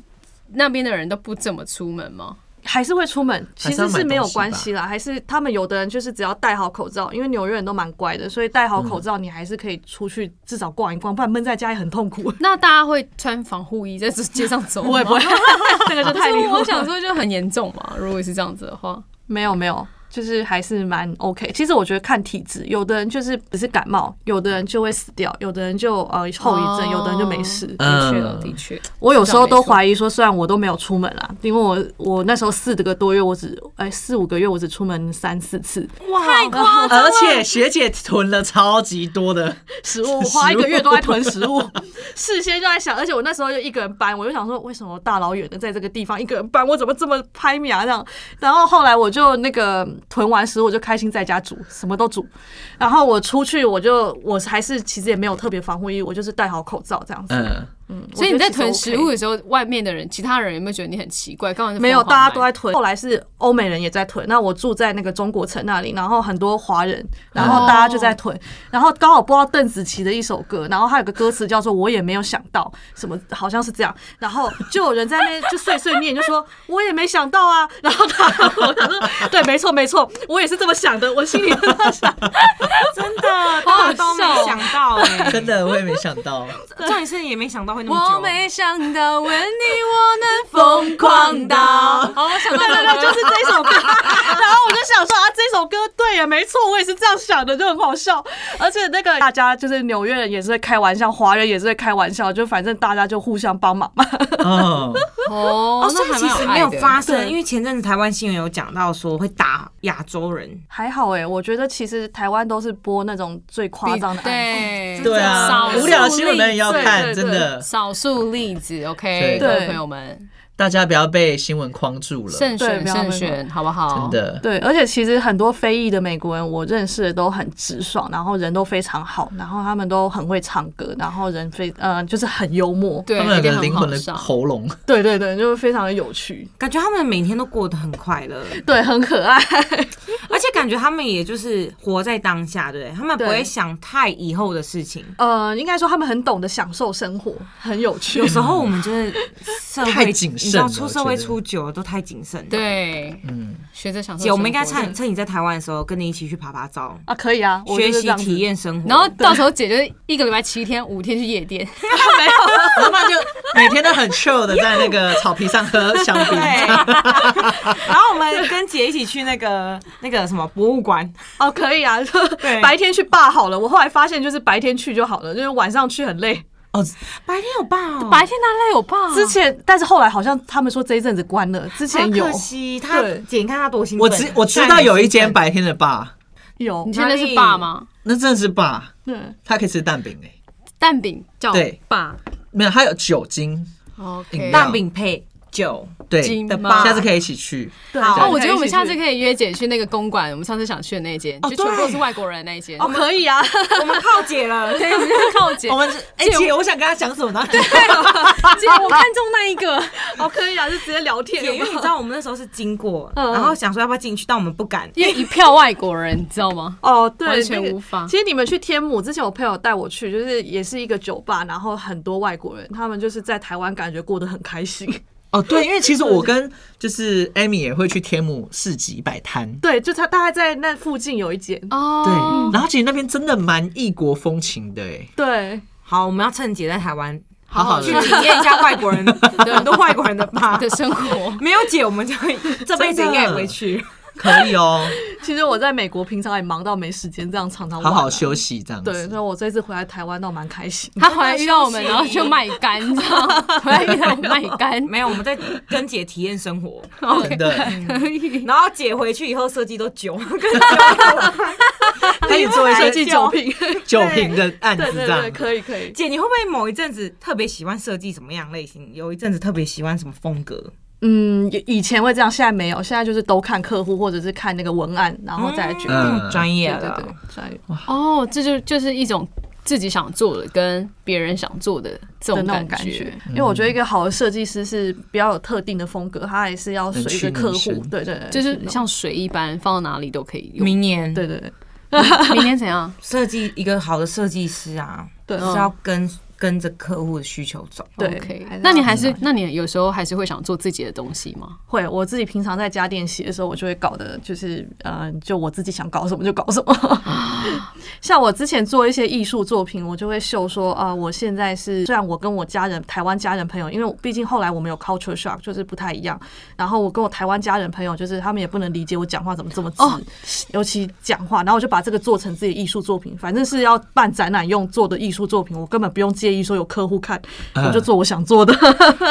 F: 那边的人都不怎么出门吗？
E: 还是会出门，
D: 还
E: 其
D: 是要
E: 实
D: 买
E: 是没有
D: 东西吧
E: 关系啦。还是他们有的人就是只要戴好口罩，因为纽约人都蛮乖的，所以戴好口罩你还是可以出去至少逛一逛，不然闷在家也很痛苦。
F: 那大家会穿防护衣在街上走吗？
E: 不会不会，这个就
F: 可
E: 太
F: 是
E: 离谱。
F: 我想说就很严重嘛。如果是这样子的话，
E: 没有没有，就是还是蛮 OK。其实我觉得看体质，有的人就是只是感冒，有的人就会死掉，有的人就呃后遗症，有的人就没事。
F: 的确
D: 嗯
F: 的确，
E: 我有时候都怀疑说，虽然我都没有出门啦，因为我我那时候四个多月，我只哎四五个月，我只出门三四次，
F: 哇，太夸
D: 而且学姐囤了超级多的，
E: 食物，我花一个月都在囤食物，事先就在想，而且我那时候就一个人搬，我就想说，为什么大老远的在这个地方一个人搬，我怎么这么拍米啊这样？然后后来我就那个囤完食物，我就开心在家煮，什么都煮。然后我出去，我就我还是其实也没有特别防护衣，我就是戴好口罩这样子。
D: 嗯，
E: 嗯，
F: 所以你在囤食物
E: 我觉得其实 OK。
F: 的时候，外面的人、其他人有没有觉得你很奇怪？刚刚
E: 没有，大家都在囤。后来是欧美人也在囤。那我住在那个中国城那里，然后很多华人，然后大家就在囤。然后刚好播到邓紫棋的一首歌，然后它有个歌词叫做“我也没有想到”，什么好像是这样。然后就有人在那边就碎碎念，就说“我也没想到啊”。然后他，我想说，对，没错没错，我也是这么想的，我心里就在想，
C: 真的，
F: 好
C: 大家
F: 好
C: 都没
F: 笑
C: 想到哎、
D: 真的我也没想到，
C: 重点是也没想到会那么久。
F: 我没想到吻你我能疯狂到，好，我想到
E: 对对对，就是这 一首歌。然后我就想说啊，这首歌对也没错，我也是这样想的，就很好笑。而且那个大家就是纽约人也是会开玩笑，华人也是会开玩笑，就反正大家就互相帮忙嘛。
D: 哦，
F: 哦
C: 哦，，所以其实没有
F: 发，
C: 发生，
E: 对
C: 因为前阵子台湾新闻有讲到说会打亚洲人，
E: 还好哎、我觉得其实台湾都是播那种最夸张的案件。
F: 对
D: 对啊
F: 少，数
D: 无聊的新闻没人要看，
E: 对对
D: 真的，
F: 少数例子
D: 对
F: ，OK，各位
E: 对
F: 朋友们，
D: 大家不要被新闻框住了，
F: 慎选
E: 对不要
F: 慎
E: 没
F: 选，好不好？
D: 真的，
E: 对，而且其实很多非裔的美国人，我认识的都很直爽，然后人都非常好，然后他们都很会唱歌，然后人非呃就是很幽默，
F: 对，
D: 他们有
F: 一定
D: 个
F: 很
D: 灵魂
F: 好
D: 的
F: 笑
D: 喉咙，
E: 对对对，就是非常的有趣，
C: 感觉他们每天都过得很快乐，
E: 对，很可爱，
C: 而且感觉他们也就是活在当下，对不对他们不
E: 对
C: 会想太以后的事情。
E: 呃，应该说他们很懂得享受生活，很有趣
C: 有。时候我们就是社会，
D: 太谨
C: 你
D: 慎
C: 知道
D: 了
C: 出
D: 我
C: 社会
D: 觉得
C: 出久了都太谨慎。，
F: 对，
D: 嗯，
F: 学着享受。
C: 姐，我们应该趁。趁你在台湾的时候，跟你一起去爬爬照，
E: 啊，可以啊，我就
C: 学
E: 是这
C: 习
E: 样子
C: 体，验生活。
F: 然后到时候姐就是一个礼拜七天五天去夜 店，
D: 要不然就每天都很 chill 的在那个草皮上喝香槟
C: 对，，然后我们跟姐一起去那个那个什么博物馆，
E: 哦，可以啊， 就白天去霸好了。我后来发现就是白天去就好了，就是晚上去很累。
C: 白天有办哦，
F: 白天哪来有吧？
E: 之前，但是后来好像他们说这一阵子关了，之
F: 啊
E: 前有
C: 好可惜他
E: 对
C: 姐，你看他多兴奋。啊
D: 我知我知道有一间白天的爸，
E: 有
F: 你，现在
C: 哪
F: 是
C: 里
F: 爸吗？
D: 那真的是爸，
E: 对，
D: 他可以吃蛋饼哎、
F: 蛋饼叫
D: 对
F: 爸
D: 没有，它有酒精，
E: 哦
D: 料
F: ，OK，
C: 蛋饼配酒，
D: 对，
F: 金
C: 的
F: 吗
C: 爸
D: 下次可以一起去。
E: 对
C: 好
F: 哦，
E: 对
F: 我觉得我
E: 可
F: 们
E: 以
F: 下次
E: 去
F: 可以约姐去那个公馆，我们上次想去的那一
D: 哦
F: 间，就全部都是外国人的那一间。
E: 哦，可以 啊，
C: 我们靠姐了。
F: 对，我们就靠姐，
D: 我们哎、
F: 借我
D: 姐，我想跟他讲什么呢？
F: 姐，我看中那一个，
E: 哦，可以啊，就直接聊天。
C: 姐，因为你知道我们那时候是经过，
E: 嗯
C: 然后想说要不要进去，但我们不敢。
F: 因为一票外国人，你知道吗？
E: 哦，对，
F: 完全
E: 那个
F: 无法
E: 其实你们去天母之前，我朋友带我去，就是也是一个酒吧，然后很多外国人，他们就是在台湾感觉过得很开心。
D: 哦，对，因为其实我跟就是 Amy 也会去天母市集摆摊，
E: 对，就他大概在那附近有一间。
F: 哦，
D: 对，然后其实那边真的蛮异国风情的哎，
E: 对，
C: 好，我们要趁姐在台湾
D: 好好
C: 去
D: 的。
C: 体验一下外国 人很多外国人的吧。。
F: 的生活
C: 没有姐，我们就会这辈子应该也不会去。
D: 可以哦，
E: 其实我在美国平常也忙到没时间，这样常常玩 啊
D: 好好休息这样
E: 对，所以
D: 子。
E: 我这次回来台湾倒蛮开心。
F: 他回来遇到我们，然后就卖干，你知道吗？回来遇到我们卖 干
C: 没有，我们在跟姐体验生 活，
D: 真的，
F: 可
D: 嗯
F: 以。
C: 然后姐回去以后设计都酒，
D: 可以做一
E: 设
D: 些
E: 计酒品，
D: 酒瓶的案子
E: 对
D: 这
E: 对对，
D: 样。
E: 可以可以。
C: 姐，你会不会某一阵子特别喜欢设计什么样类型？有一阵子特别喜欢什么风格？
E: 嗯，以以前会这样，现在没有，现在就是都看客户或者是看那个文案，然后再来决定。
D: 嗯
C: 专业
E: 对对对
C: 了。，
E: 专业
F: 哦，这就就是一种自己想做的跟别人想做的这
E: 的
F: 种
E: 那种
F: 感
E: 感
F: 觉
E: 觉。，因为我觉得一个好的设计师是比较有特定的风格，他也是要随着客
D: 能屈
E: 户
D: 能伸，
E: 对对对，
F: 就是像水一般，放到哪里都可以用。
C: 明年
E: 对对对
F: 明天怎样？
C: 设计一个好的设计师啊，
E: 对
C: 是要跟跟着客户的需求走。
E: 对
F: OK，
E: 还是
F: 那你
E: 要
F: 还是，那你有时候还是会想做自己的东西吗？
E: 会，我自己平常在家练习的时候，我就会搞的，就是呃，就我自己想搞什么就搞什么。 像我之前做一些艺术作品，我就会秀说啊、呃我现在是虽然我跟我家人、台湾家人朋友，因为我毕竟后来我们有 culture shock，就是不太一样。然后我跟我台湾家人朋友，就是他们也不能理解我讲话怎么这么直，
F: 哦
E: 尤其讲话。然后我就把这个做成自己的艺术作品，反正是要办展览用做的艺术作品，我根本不用介意说有客户看，我就做我想做的。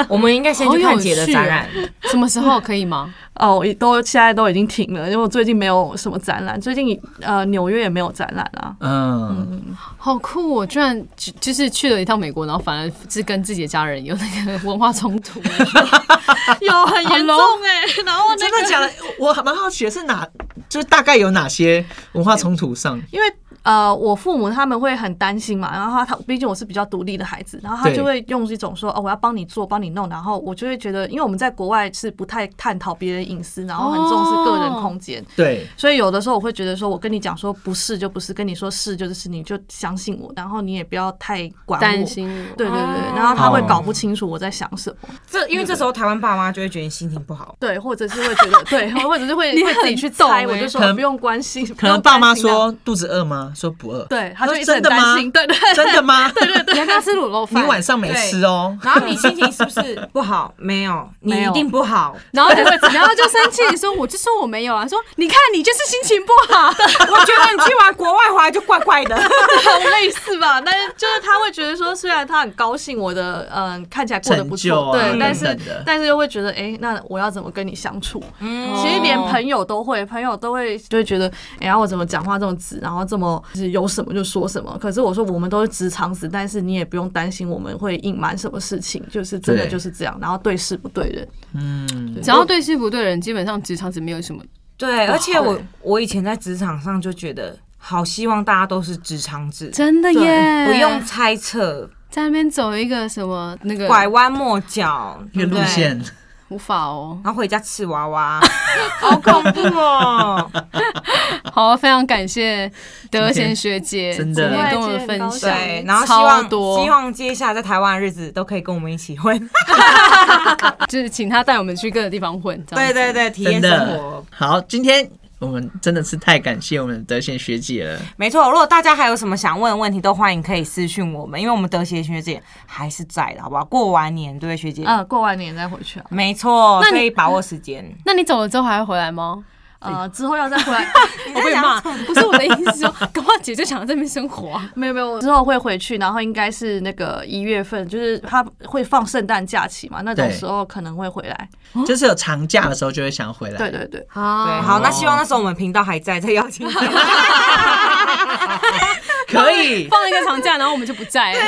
C: 我们应该先
F: 好
C: 去
F: 有
C: 看
E: 啊
C: 姐的
F: 趣
C: 展
F: 哦
C: 览，
F: 什么时候可 以吗？
E: 哦，我都现在都已经停了，因为我最近没有什么展览，最近呃纽约也没有展览啊。
D: 嗯，
F: 好酷、哦！我居然就就是去了一趟美国，然后反而是跟自己的家人有那个文化冲突。
E: 有很严重 哎、然后那
D: 真
E: 个
D: 的假的？我还蛮好奇的是哪，就是大概有哪些文化冲突上？
E: 因为呃我父母他们会很担心嘛，然后他他毕竟我是比较独立的孩子，然后他
D: 对
E: 就会用一种说哦我要帮你做帮你弄，然后我就会觉得，因为我们在国外是不太探讨别人隐私，然后很重视个人
F: 哦
E: 空间，
D: 对，
E: 所以有的时候我会觉得说，我跟你讲说不是就不是，跟你说是就是是，你就相信我，然后你也不要太管我。
F: 担心我，
E: 对对对
F: 哦，
E: 然后他会
D: 哦
E: 搞不清楚我在想什么。
C: 这因为这时候台湾爸妈就会觉得你心情不好，
E: 对，或者是会觉得对，或者是 会
F: 你
E: 会自己
F: 很
E: 去
F: 懂
E: 猜，我
F: 欸
E: 就
D: 可
E: 说
D: 能
E: 不用关心，不
D: 可
E: 用
D: 能爸
E: 担
D: 妈
E: 心啊
D: 说肚子饿吗？说不饿。
E: 对，他就
D: 说
E: 一直
D: 真
E: 很
D: 的
E: 担
D: 吗
E: 心，对对
D: 真的吗？
E: 对对
F: 你
E: 对
F: 要不要吃卤肉
D: 你
F: 饭？
D: 晚上没吃哦。
C: 然后你心情是不是不好？没有，你
E: 没
C: 一
E: 有
C: 定不好。
F: 然后就然后就生气，说我就说我没有啊，说你看你就是心情不 好。
C: 我觉得你去玩国外回来就怪怪的。
E: 对， 类似吧。但是就是他会觉得说，虽然他很高兴我的嗯看起来过得不
D: 成就啊
E: 错，对，
D: 等
E: 但是
D: 等的
E: 但是又会觉得，哎，那我要怎么跟你相处？其实连朋友都会，朋友都会就会觉得，哎呀，我怎么讲话这么直，然后这么就是有什么就说什么。可是我说我们都是直肠子，但是你也不用担心我们会隐瞒什么事情，就是真的
D: 对
E: 就是这样，然后对事不对人。
D: 嗯，
F: 只要对事不对人，基本上职场是没有什么。
C: 对，而且我我以前在职场上就觉得，好希望大家都是职场制，
F: 真的耶，
C: 不用猜测，
F: 在那边走一个什么那个
C: 拐弯抹角，
D: 一
C: 对
D: 个
C: 不
D: 路
C: 对，
D: 线，
F: 无法哦。
C: 然后回家吃娃娃，好恐怖哦！
F: 好，非常感谢德贤学姐
D: 真的
F: 今天跟我们分
E: 不会今天很高兴
F: 享，
C: 对，然后希
F: 超
C: 望
F: 多
C: 希望接下来在台湾的日子都可以跟我们一起混，
F: 就是请他带我们去各个地方混。这样
C: 对
F: 子
C: 对对，体验
D: 真
C: 生
D: 的
C: 活。
D: 好。今天我们真的是太感谢我们的德贤学姐了。
C: 没错，如果大家还有什么想问的问题，都欢迎可以私讯我们，因为我们德协学姐还是在的，好不好？过完年，对不对，学姐？
E: 嗯，过完年再回去啊。
C: 没错，
F: 那你
C: 所以把握时间。
F: 那你走了之后还会回来 吗？
E: 呃，之后要再 回来，
F: 我被骂，不是我的意思是说，搞不好姐就想在这边生活啊。
E: 没有没有，之后会回去，然后应该是那个一月份，就是他会放圣诞假期嘛，那种
D: 对
E: 时候可能会回来。
D: 就是有长假的时候就会想回来。
E: 对对对，
C: 哦对，
F: 好
C: 好，那希望那时候我们频道还在，再邀 请你。
D: 可以。
F: 放了一个长假，然后我们就不在了，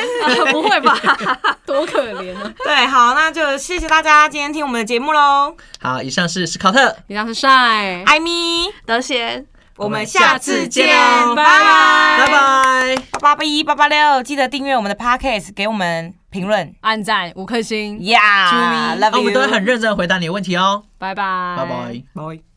F: 不会吧？ 多可怜啊！
C: 对，好，那就谢谢大家今天听我们的节目喽，
D: 好，以上是史考特，
F: 你当是晒，
C: 艾米，
E: 德贤，
C: 我们下次见，拜
D: 拜拜
C: 拜，
D: 拜。
C: 八八八一八八六，记得订阅我们的 podcast，给我们评论
F: 按赞五颗星，
C: ，Yeah，love
D: 啊
C: you，
D: 我们都会很认真地回答你的问题哦。
F: 拜拜，
D: 拜拜。
C: 拜。